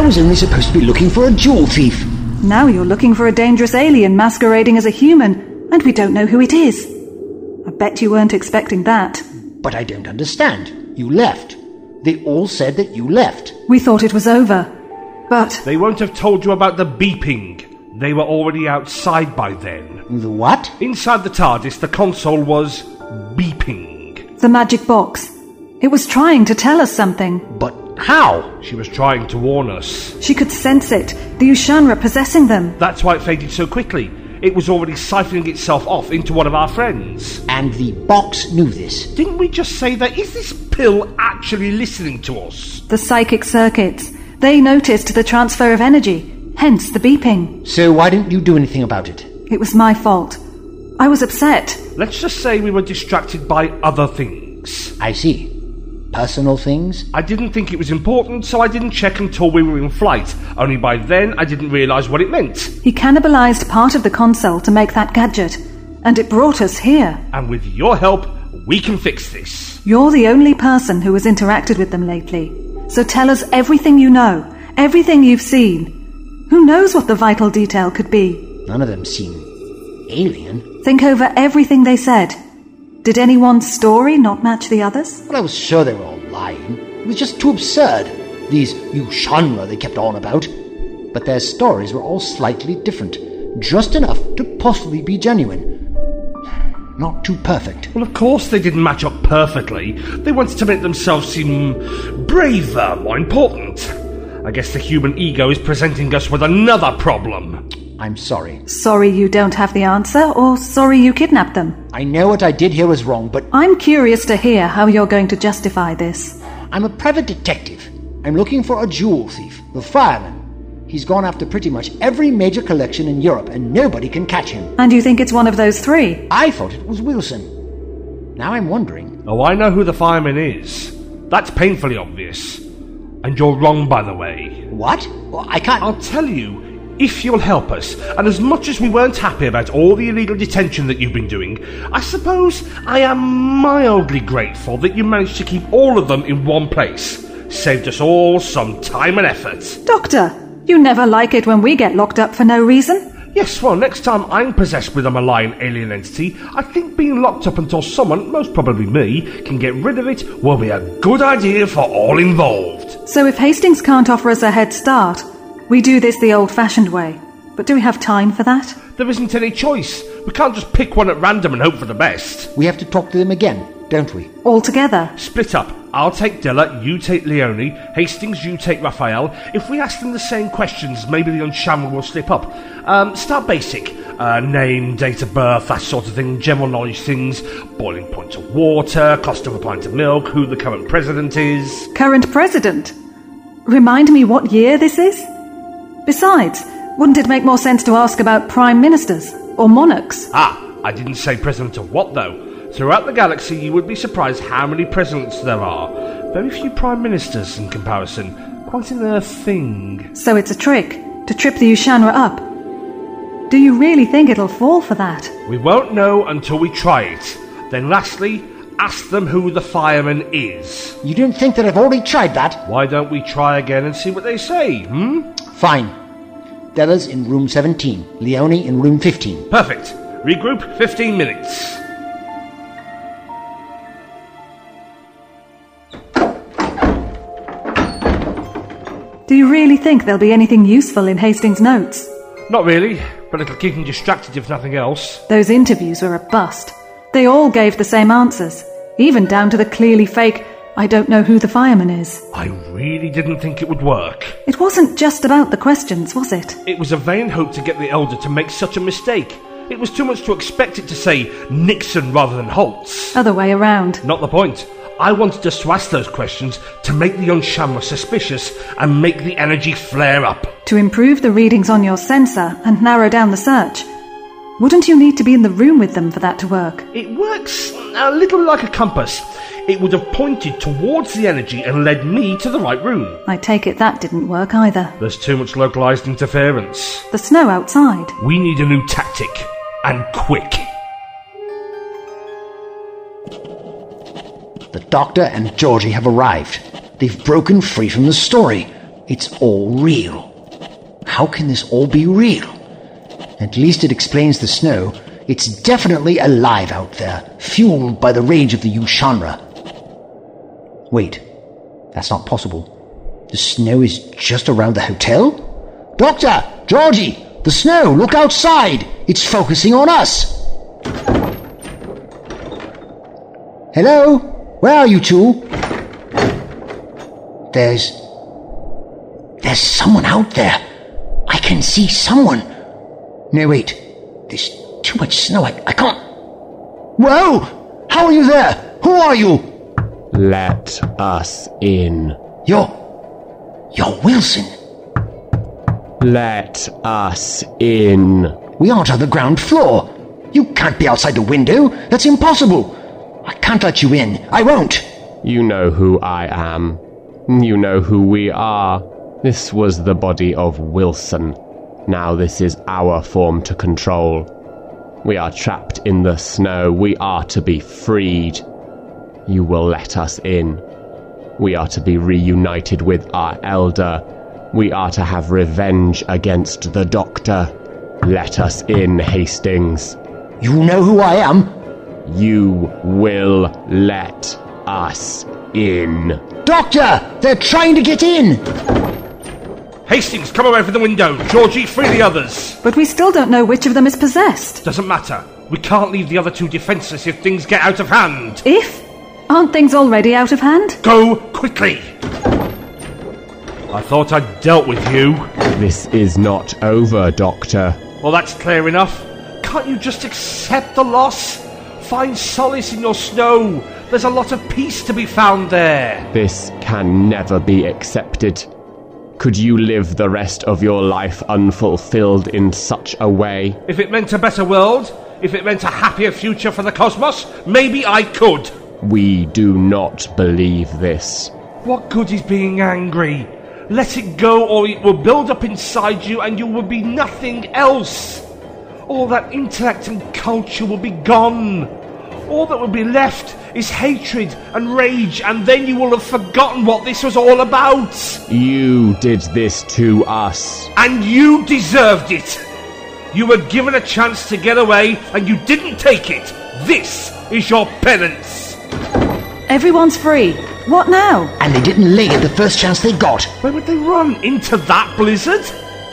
was only supposed to be looking for a jewel thief. Now you're looking for a dangerous alien masquerading as a human, and we don't know who it is. I bet you weren't expecting that. But I don't understand. You left. They all said that you left. We thought it was over. But They won't have told you about the beeping. They were already outside by then. The what? Inside the TARDIS, the console was beeping. the magic box. It was trying to tell us something. But how? She was trying to warn us. She could sense it, the Ushanra possessing them. That's why it faded so quickly. It was already siphoning itself off into one of our friends. And the box knew this. Didn't we just say that? Is this pill actually listening to us? The psychic circuits. They noticed the transfer of energy, hence the beeping. So why didn't you do anything about it? It was my fault. I was upset. Let's just say we were distracted by other things. I see. Personal things? I didn't think it was important, so I didn't check until we were in flight. Only by then I didn't realise what it meant. He cannibalized part of the console to make that gadget, and it brought us here. And with your help, we can fix this. You're the only person who has interacted with them lately. So tell us everything you know, everything you've seen. Who knows what the vital detail could be? None of them seem alien. Think over everything they said. Did anyone's story not match the others? Well, I was sure they were all lying. It was just too absurd. These Ushanra they kept on about. But their stories were all slightly different. Just enough to possibly be genuine. Not too perfect. Well, of course they didn't match up perfectly. They wanted to make themselves seem braver, more important. I guess the human ego is presenting us with another problem. I'm sorry. Sorry you don't have the answer, or sorry you kidnapped them. I know what I did here was wrong, but I'm curious to hear how you're going to justify this. I'm a private detective. I'm looking for a jewel thief, the fireman. He's gone after pretty much every major collection in Europe, and nobody can catch him. And you think it's one of those three? I thought it was Wilson. Now I'm wondering. Oh, I know who the fireman is. That's painfully obvious. And you're wrong, by the way. What? Well, I can't. Oh, I'll tell you if you'll help us. And as much as we weren't happy about all the illegal detention that you've been doing, I suppose I am mildly grateful that you managed to keep all of them in one place. Saved us all some time and effort. Doctor, you never like it when we get locked up for no reason. Yes, well, next time I'm possessed with a malign alien entity, I think being locked up until someone, most probably me, can get rid of it will be a good idea for all involved. So if Hastings can't offer us a head start, we do this the old fashioned way. But do we have time for that? There isn't any choice. We can't just pick one at random and hope for the best. We have to talk to them again, don't we? Altogether, Split up. I'll take Della, you take Leone, Hastings, you take Raphael. If we ask them the same questions, maybe the Unshammer will slip up. Um, start basic. Uh, name, date of birth, that sort of thing, general knowledge things, boiling point of water, cost of a pint of milk, who the current president is. current president. Remind me what year this is? Besides, wouldn't it make more sense to ask about prime ministers or monarchs? Ah, I didn't say president of what though. Throughout the galaxy, you would be surprised how many presidents there are. Very few prime ministers in comparison. Quite an earth thing. So it's a trick to trip the Ushanra up. Do you really think it'll fall for that? We won't know until we try it. Then, lastly, ask them who the fireman is. You don't think that I've already tried that? Why don't we try again and see what they say? Hmm? Fine. Della's in room 17, Leone in room 15. Perfect. Regroup 15 minutes. Do you really think there'll be anything useful in Hastings' notes? Not really, but it'll keep them distracted if nothing else. Those interviews were a bust. They all gave the same answers, even down to the clearly fake, I don't know who the fireman is. I really didn't think it would work. It wasn't just about the questions, was it? It was a vain hope to get the Elder to make such a mistake. It was too much to expect it to say Nixon rather than Holtz. Other way around. Not the point. I wanted us to ask those questions to make the Unshamra suspicious and make the energy flare up. To improve the readings on your sensor and narrow down the search, wouldn't you need to be in the room with them for that to work? It works a little like a compass. It would have pointed towards the energy and led me to the right room. I take it that didn't work either. There's too much localized interference. The snow outside. We need a new tactic, and quick. The doctor and Georgie have arrived. They've broken free from the story. It's all real. How can this all be real? At least it explains the snow. It's definitely alive out there, fueled by the rage of the Ushanra. Wait, that's not possible. The snow is just around the hotel? Doctor! Georgie! The snow! Look outside! It's focusing on us! Hello? Where are you two? There's. There's someone out there! I can see someone! No, wait. There's too much snow. I, I can't. Whoa! How are you there? Who are you? Let us in. You're. You're Wilson. Let us in. We aren't on the ground floor. You can't be outside the window. That's impossible. I can't let you in. I won't. You know who I am. You know who we are. This was the body of Wilson. Now this is our form to control. We are trapped in the snow. We are to be freed. You will let us in. We are to be reunited with our elder. We are to have revenge against the doctor. Let us in, Hastings. You know who I am. You will let us in. Doctor! They're trying to get in! Hastings, come away from the window. Georgie, free the others. But we still don't know which of them is possessed. Doesn't matter. We can't leave the other two defenseless if things get out of hand. If? Aren't things already out of hand? Go quickly. I thought I'd dealt with you. This is not over, Doctor. Well, that's clear enough. Can't you just accept the loss? Find solace in your snow. There's a lot of peace to be found there. This can never be accepted. Could you live the rest of your life unfulfilled in such a way? If it meant a better world, if it meant a happier future for the cosmos, maybe I could. We do not believe this. What good is being angry? Let it go, or it will build up inside you and you will be nothing else. All that intellect and culture will be gone. All that will be left is hatred and rage, and then you will have forgotten what this was all about. You did this to us. And you deserved it. You were given a chance to get away, and you didn't take it. This is your penance. Everyone's free. What now? And they didn't lay it the first chance they got. Where would they run? Into that blizzard?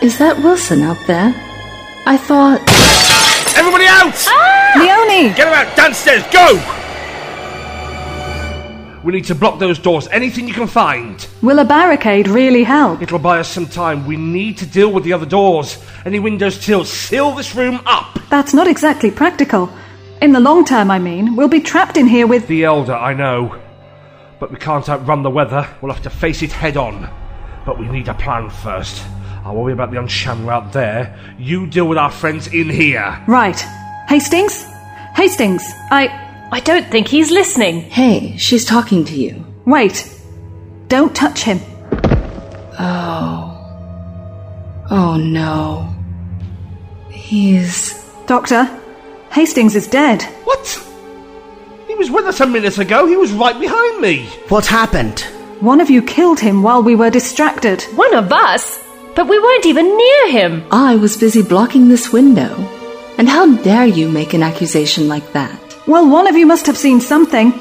Is that Wilson out there? I thought. Everybody out! Leonie! Get them out downstairs. Go. We need to block those doors. Anything you can find. Will a barricade really help? It'll buy us some time. We need to deal with the other doors. Any windows till seal this room up. That's not exactly practical. In the long term, I mean, we'll be trapped in here with. The elder, I know. But we can't outrun the weather. We'll have to face it head on. But we need a plan first. I'll worry about the Unshamra out there. You deal with our friends in here. Right. Hastings? Hastings, I. I don't think he's listening. Hey, she's talking to you. Wait. Don't touch him. Oh. Oh no. He's. Doctor, Hastings is dead. What? He was with us a minute ago. He was right behind me. What happened? One of you killed him while we were distracted. One of us. But we weren't even near him. I was busy blocking this window. And how dare you make an accusation like that? Well, one of you must have seen something.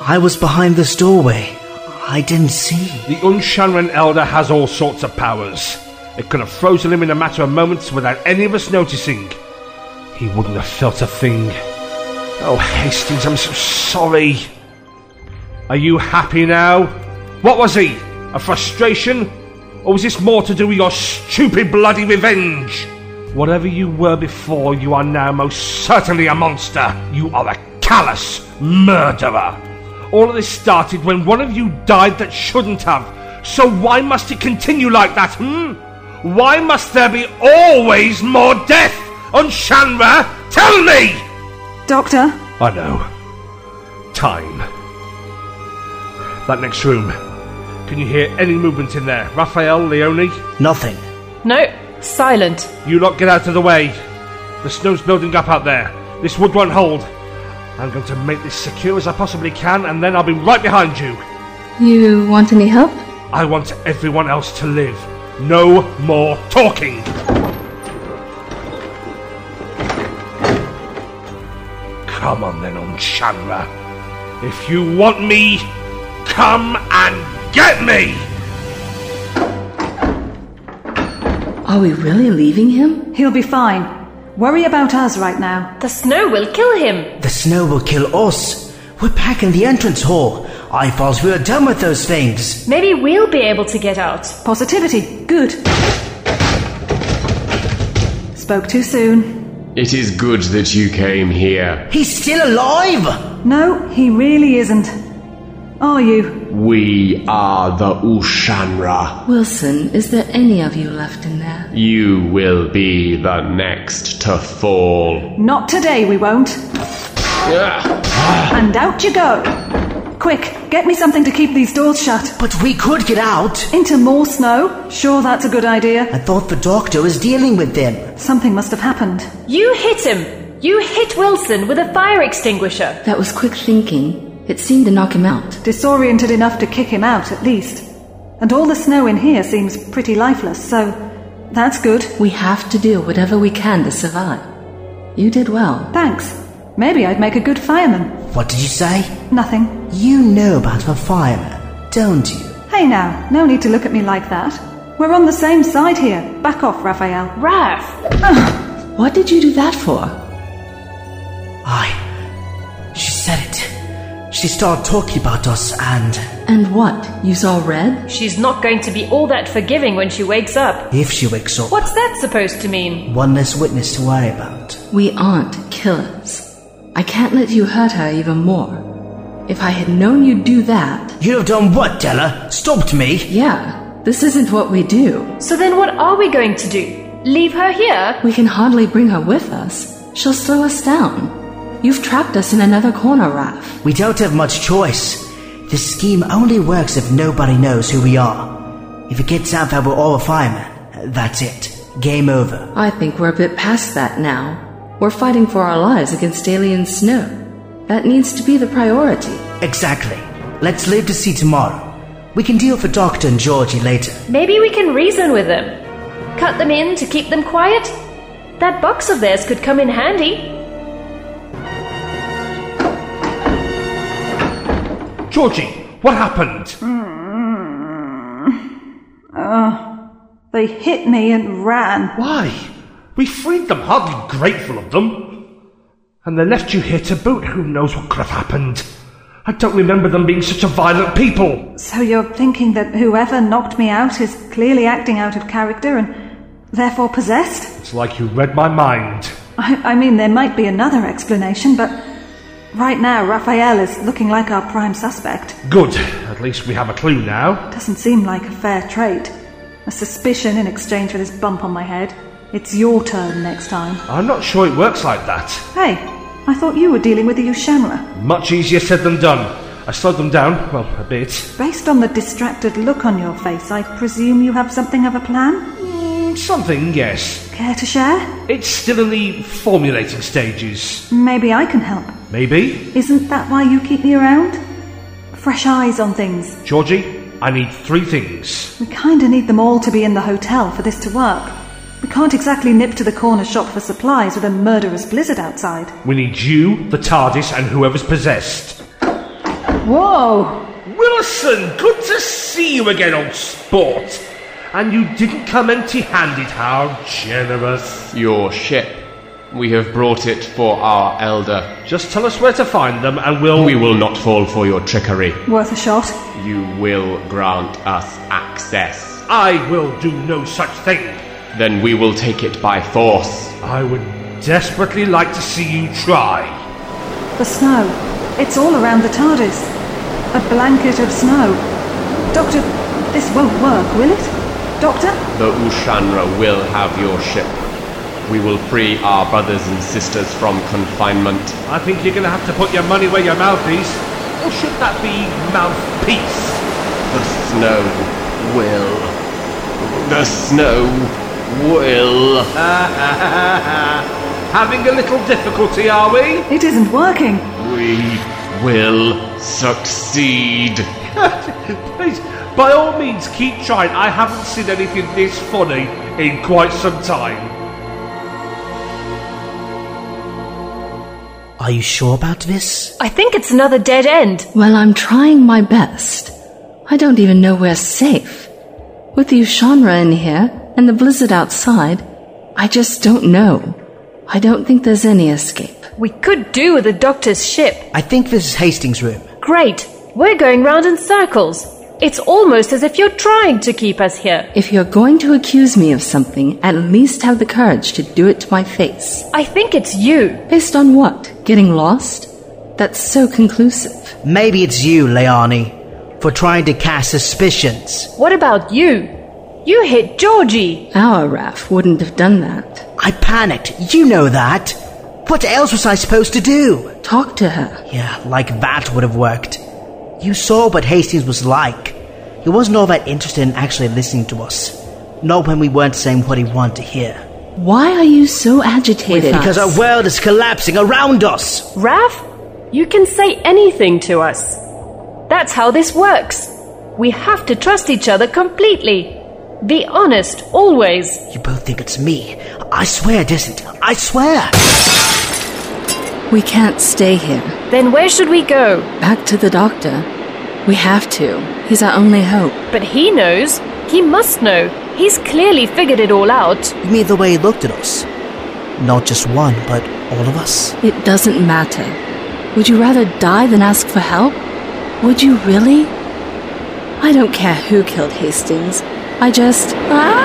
I was behind this doorway. I didn't see. The Unshanran Elder has all sorts of powers. It could have frozen him in a matter of moments without any of us noticing. He wouldn't have felt a thing. Oh, Hastings, I'm so sorry. Are you happy now? What was he? A frustration? Or was this more to do with your stupid bloody revenge? Whatever you were before, you are now most certainly a monster. You are a callous murderer. All of this started when one of you died that shouldn't have. So why must it continue like that, hmm? Why must there be always more death? On Shanra, tell me! Doctor, I know. Time. That next room. Can you hear any movement in there? Raphael, Leone? Nothing. No, silent. You lot get out of the way. The snow's building up out there. This wood won't hold. I'm going to make this secure as I possibly can, and then I'll be right behind you. You want any help? I want everyone else to live. No more talking! Come on then, Unshanra. If you want me, come and get me! Are we really leaving him? He'll be fine. Worry about us right now. The snow will kill him. The snow will kill us. We're back in the entrance hall. I thought we were done with those things. Maybe we'll be able to get out. Positivity. Good. Spoke too soon. It is good that you came here. He's still alive! No, he really isn't. Are you? We are the Ushanra. Wilson, is there any of you left in there? You will be the next to fall. Not today, we won't. And out you go. Quick, get me something to keep these doors shut. But we could get out. Into more snow? Sure, that's a good idea. I thought the doctor was dealing with them. Something must have happened. You hit him. You hit Wilson with a fire extinguisher. That was quick thinking. It seemed to knock him out. Disoriented enough to kick him out, at least. And all the snow in here seems pretty lifeless, so that's good. We have to do whatever we can to survive. You did well. Thanks. Maybe I'd make a good fireman. What did you say? Nothing. You know about a fireman, don't you? Hey now, no need to look at me like that. We're on the same side here. Back off, Raphael. Raph, What did you do that for? I. She said it. She started talking about us and. And what? You saw red? she's not going to be all that forgiving when she wakes up. If she wakes up, What's that supposed to mean? one less witness to worry about. We aren't killers. I can't let you hurt her even more. If I had known you'd do that, You'd have done what, Della? Stopped me? yeah, this isn't what we do. So then what are we going to do? Leave her here? We can hardly bring her with us. She'll slow us down. You've trapped us in another corner, Raph. We don't have much choice. This scheme only works if nobody knows who we are. If it gets out that we're all a fireman, that's it. Game over. I think we're a bit past that now. We're fighting for our lives against alien snow. That needs to be the priority. Exactly. Let's live to see tomorrow. We can deal for Doctor and Georgie later. Maybe we can reason with them. Cut them in to keep them quiet? That box of theirs could come in handy. Georgie, what happened? They hit me and ran. Why? We freed them, hardly grateful of them. And they left you here to boot. Who knows what could have happened? I don't remember them being such a violent people. So you're thinking that whoever knocked me out is clearly acting out of character and therefore possessed? It's like you read my mind. I, I mean, there might be another explanation, but right now Raphael is looking like our prime suspect. Good. At least we have a clue now. Doesn't seem like a fair trade. A suspicion in exchange for this bump on my head. It's your turn next time. I'm not sure it works like that. Hey, I thought you were dealing with the Ushanra. Much easier said than done. I slowed them down, well, a bit. Based on the distracted look on your face, I presume you have something of a plan? Mm, Something, yes. Care to share? It's still in the formulating stages. Maybe I can help. Maybe. Isn't that why you keep me around? Fresh eyes on things. Georgie, I need three things. We kinda need them all to be in the hotel for this to work. We can't exactly nip to the corner shop for supplies with a murderous blizzard outside. We need you, the TARDIS, and whoever's possessed. Whoa! Wilson, good to see you again, old sport. And you didn't come empty handed. How generous. Your ship. We have brought it for our elder. Just tell us where to find them and we'll. We will not fall for your trickery. Worth a shot. You will grant us access. I will do no such thing. Then we will take it by force. I would desperately like to see you try. The snow. It's all around the TARDIS. A blanket of snow. Doctor, this won't work, will it? Doctor? The Ushanra will have your ship. We will free our brothers and sisters from confinement. I think you're going to have to put your money where your mouth is. Or should that be mouthpiece? The snow will. The snow will. Having a little difficulty, are we? It isn't working. We will succeed. Please, By all means, keep trying. I haven't seen anything this funny in quite some time. Are you sure about this? I think it's another dead end. Well, I'm trying my best. I don't even know we're safe. With the Ushanra in here and the blizzard outside, I just don't know. I don't think there's any escape. We could do with a doctor's ship. I think this is Hastings' room. Great. We're going round in circles. It's almost as if you're trying to keep us here. If you're going to accuse me of something, at least have the courage to do it to my face. I think it's you. Based on what? Getting lost? That's so conclusive. Maybe it's you, Leani, for trying to cast suspicions. What about you? You hit Georgie. Our Raf wouldn't have done that. I panicked, you know that. What else was I supposed to do? Talk to her. Yeah, like that would have worked. You saw what Hastings was like. He wasn't all that interested in actually listening to us. Not when we weren't saying what he wanted to hear. Why are you so agitated? Because our world is collapsing around us. Raf, you can say anything to us. That's how this works. We have to trust each other completely. Be honest, always. You both think it's me. I swear it isn't. I swear. we can't stay here. Then where should we go? Back to the doctor. We have to. He's our only hope. But he knows. He must know. He's clearly figured it all out. You mean the way he looked at us? Not just one, but all of us? It doesn't matter. Would you rather die than ask for help? Would you really? I don't care who killed Hastings. I just. Ah!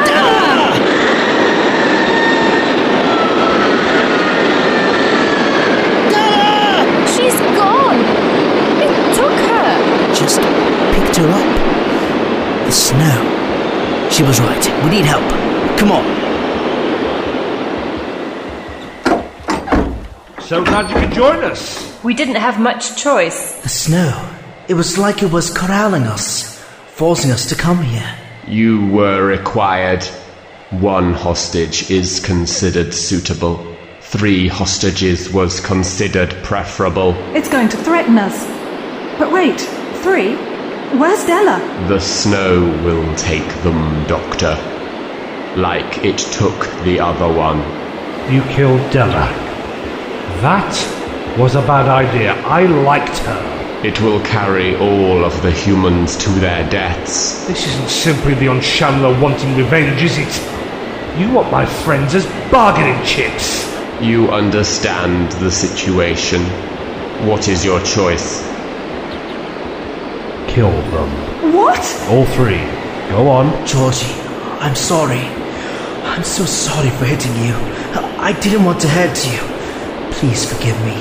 She's gone. It took her. Just picked her up. The snow. She was right. We need help. Come on. So glad you could join us. We didn't have much choice. The snow. It was like it was corralling us, forcing us to come here. You were required. One hostage is considered suitable. Three hostages was considered preferable. It's going to threaten us. But wait, three? Where's Della? The snow will take them, Doctor. Like it took the other one. You killed Della. That was a bad idea. I liked her. It will carry all of the humans to their deaths. This isn't simply the Unshamla wanting revenge, is it? You want my friends as bargaining chips. You understand the situation. What is your choice? Kill them. What? All three. Go on. Georgie, I'm sorry. I'm so sorry for hitting you. I didn't want to hurt you. Please forgive me.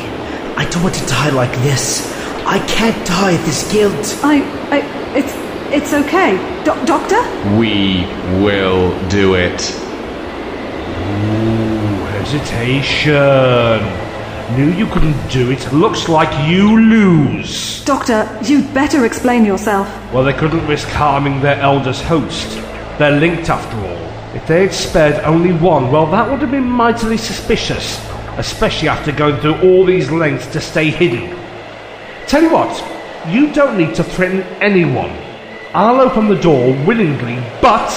I don't want to die like this. I can't die with this guilt. I. I. It's. It's okay. Do- doctor? We will do it. Ooh, hesitation. Knew you couldn't do it. Looks like you lose. Doctor, you'd better explain yourself. Well, they couldn't risk harming their elder's host. They're linked after all. If they had spared only one, well, that would have been mightily suspicious, especially after going through all these lengths to stay hidden. Tell you what, you don't need to threaten anyone. I'll open the door willingly, but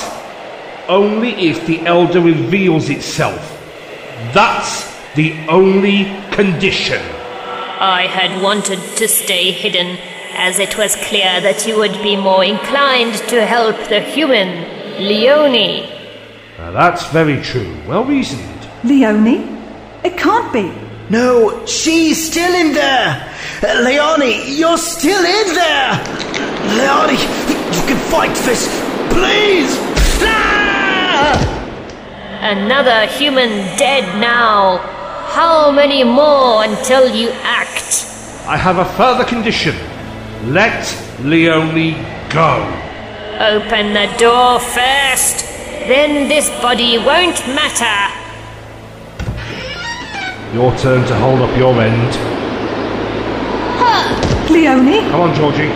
only if the elder reveals itself. That's the only condition. I had wanted to stay hidden, as it was clear that you would be more inclined to help the human, Leone. Now, that's very true. Well reasoned. Leonie? It can't be. No, she's still in there. Uh, Leonie, you're still in there. Leonie, you can fight this. Please. Ah! Another human dead now. How many more until you act? I have a further condition. Let Leonie go. Open the door first, then this body won't matter. Your turn to hold up your end. Leonie? Come on, Georgie.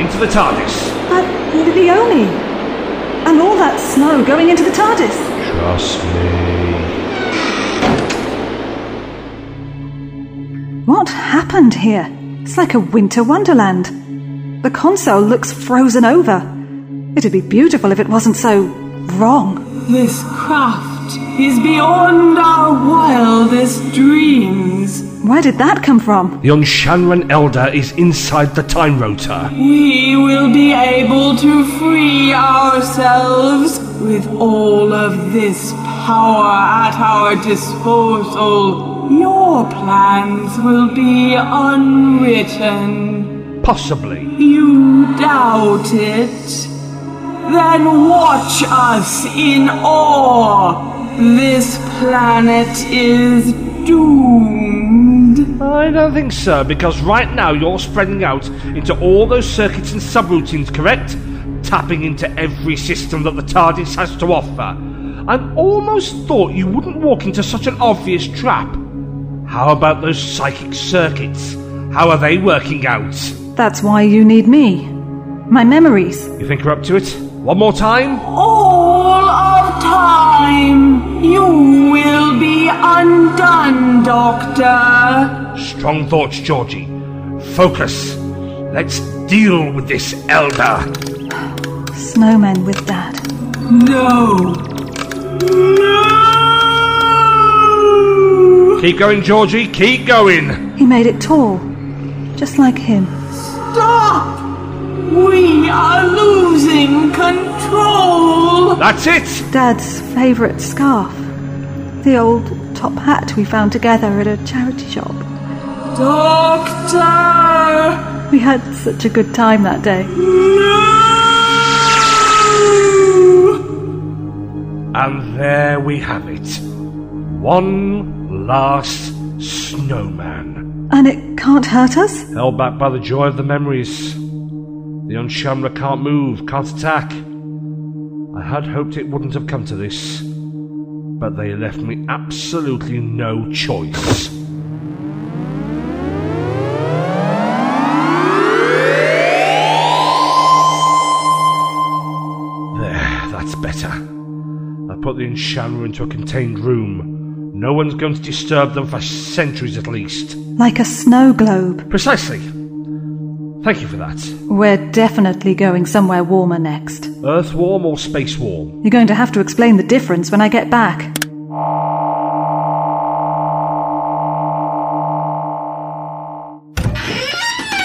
Into the TARDIS. But Leonie? Uh, And all that snow going into the TARDIS? Trust me. What happened here? It's like a winter wonderland. The console looks frozen over. It'd be beautiful if it wasn't so wrong. This craft is beyond our wildest dreams. Where did that come from? The Unshanran Elder is inside the time rotor. We will be able to free ourselves with all of this power at our disposal. Your plans will be unwritten. Possibly. You doubt it? Then watch us in awe. This planet is doomed. I don't think so, because right now you're spreading out into all those circuits and subroutines, correct? Tapping into every system that the TARDIS has to offer. I almost thought you wouldn't walk into such an obvious trap. How about those psychic circuits? How are they working out? That's why you need me. My memories. You think we're up to it? One more time? all of time. You will be undone, Doctor. Strong thoughts, Georgie. Focus. Let's deal with this elder. Snowmen with Dad. No. No! Keep going, Georgie. Keep going. He made it tall. Just like him. Stop! We are losing control. That's it. Dad's favourite scarf. The old top hat we found together at a charity shop. Doctor! We had such a good time that day. No! And there we have it. One last snowman. And it can't hurt us? Held back by the joy of the memories. The Unshamra can't move, can't attack. I had hoped it wouldn't have come to this. But they left me absolutely no choice. There, that's better. I put the Enchanter into a contained room. No one's going to disturb them for centuries at least. Like a snow globe. Precisely. Thank you for that. We're definitely going somewhere warmer next. Earth warm or space warm? You're going to have to explain the difference when I get back.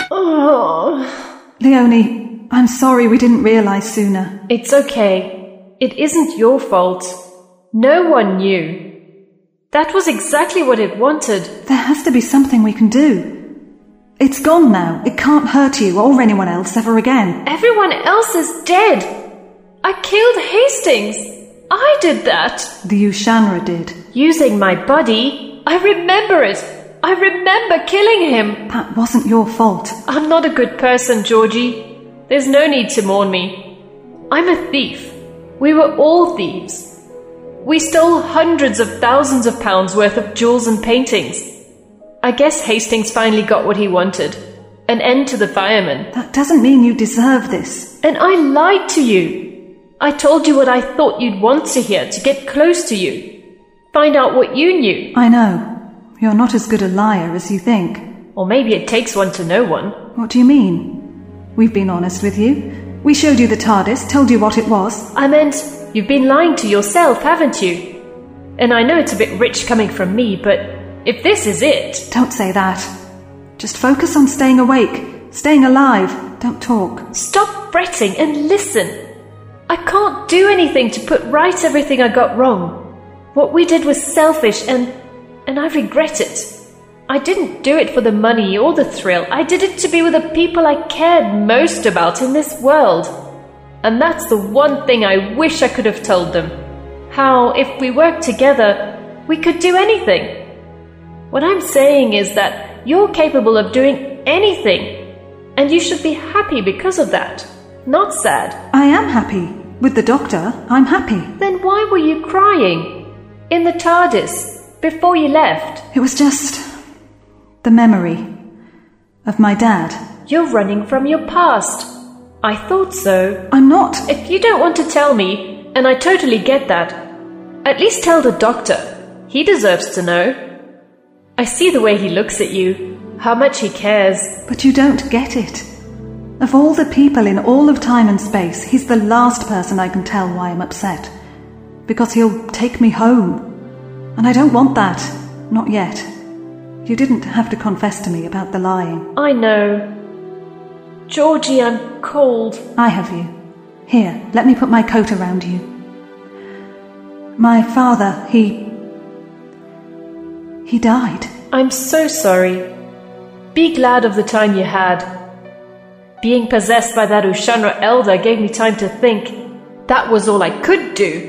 Oh, Leonie, I'm sorry we didn't realise sooner. it's okay. It isn't your fault. No one knew. That was exactly what it wanted. There has to be something we can do. It's gone now. It can't hurt you or anyone else ever again. Everyone else is dead. I killed Hastings. I did that. The Ushanra did. Using my body, I remember it. I remember killing him. That wasn't your fault. I'm not a good person, Georgie. There's no need to mourn me. I'm a thief. We were all thieves. We stole hundreds of thousands of pounds worth of jewels and paintings. I guess Hastings finally got what he wanted an end to the fireman. That doesn't mean you deserve this. And I lied to you. I told you what I thought you'd want to hear to get close to you. Find out what you knew. I know. You're not as good a liar as you think. Or maybe it takes one to know one. What do you mean? We've been honest with you. We showed you the TARDIS, told you what it was. I meant, you've been lying to yourself, haven't you? And I know it's a bit rich coming from me, but if this is it, Don't say that. Just focus on staying awake, staying alive. Don't talk. stop fretting and listen. I can't do anything to put right everything I got wrong. What we did was selfish and. and I regret it. I didn't do it for the money or the thrill. I did it to be with the people I cared most about in this world. And that's the one thing I wish I could have told them. How, if we worked together, we could do anything. What I'm saying is that you're capable of doing anything, and you should be happy because of that, not sad. I am happy. With the doctor, I'm happy. Then why were you crying? In the TARDIS, before you left. It was just the memory of my dad. You're running from your past. I thought so. I'm not. If you don't want to tell me, and I totally get that, at least tell the doctor. He deserves to know. I see the way he looks at you, how much he cares. But you don't get it. Of all the people in all of time and space, he's the last person I can tell why I'm upset. Because he'll take me home. And I don't want that. Not yet. You didn't have to confess to me about the lying. I know. Georgie, I'm cold. I have you. Here, let me put my coat around you. My father, he. He died. I'm so sorry. Be glad of the time you had. Being possessed by that Ushanra elder gave me time to think. That was all I could do.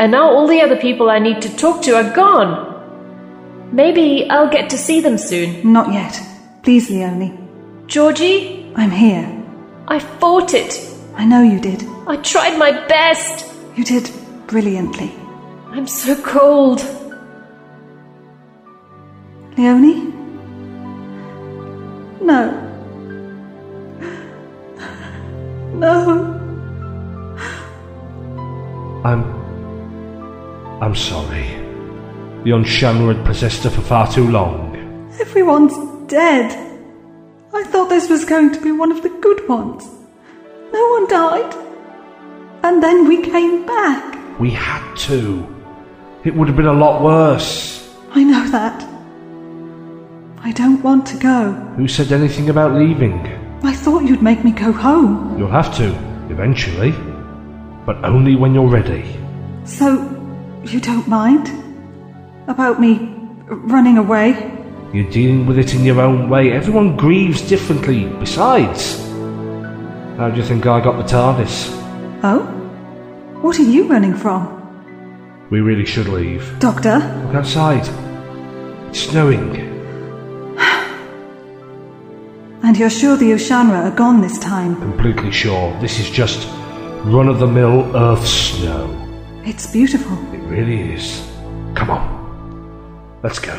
And now all the other people I need to talk to are gone. Maybe I'll get to see them soon. Not yet. Please, Leonie. Georgie, I'm here. I fought it. I know you did. I tried my best. You did brilliantly. I'm so cold. Leonie? No. No. I'm. I'm sorry. The Unshamra had possessed her for far too long. Everyone's dead. I thought this was going to be one of the good ones. No one died. And then we came back. We had to. It would have been a lot worse. I know that. I don't want to go. Who said anything about leaving? I thought you'd make me go home. You'll have to, eventually. But only when you're ready. So, you don't mind? About me running away? You're dealing with it in your own way. Everyone grieves differently. Besides, how do you think I got the TARDIS? Oh? What are you running from? We really should leave. Doctor? Look outside. It's snowing. And you're sure the Ushanra are gone this time? Completely sure. This is just run of the mill earth snow. It's beautiful. It really is. Come on. Let's go.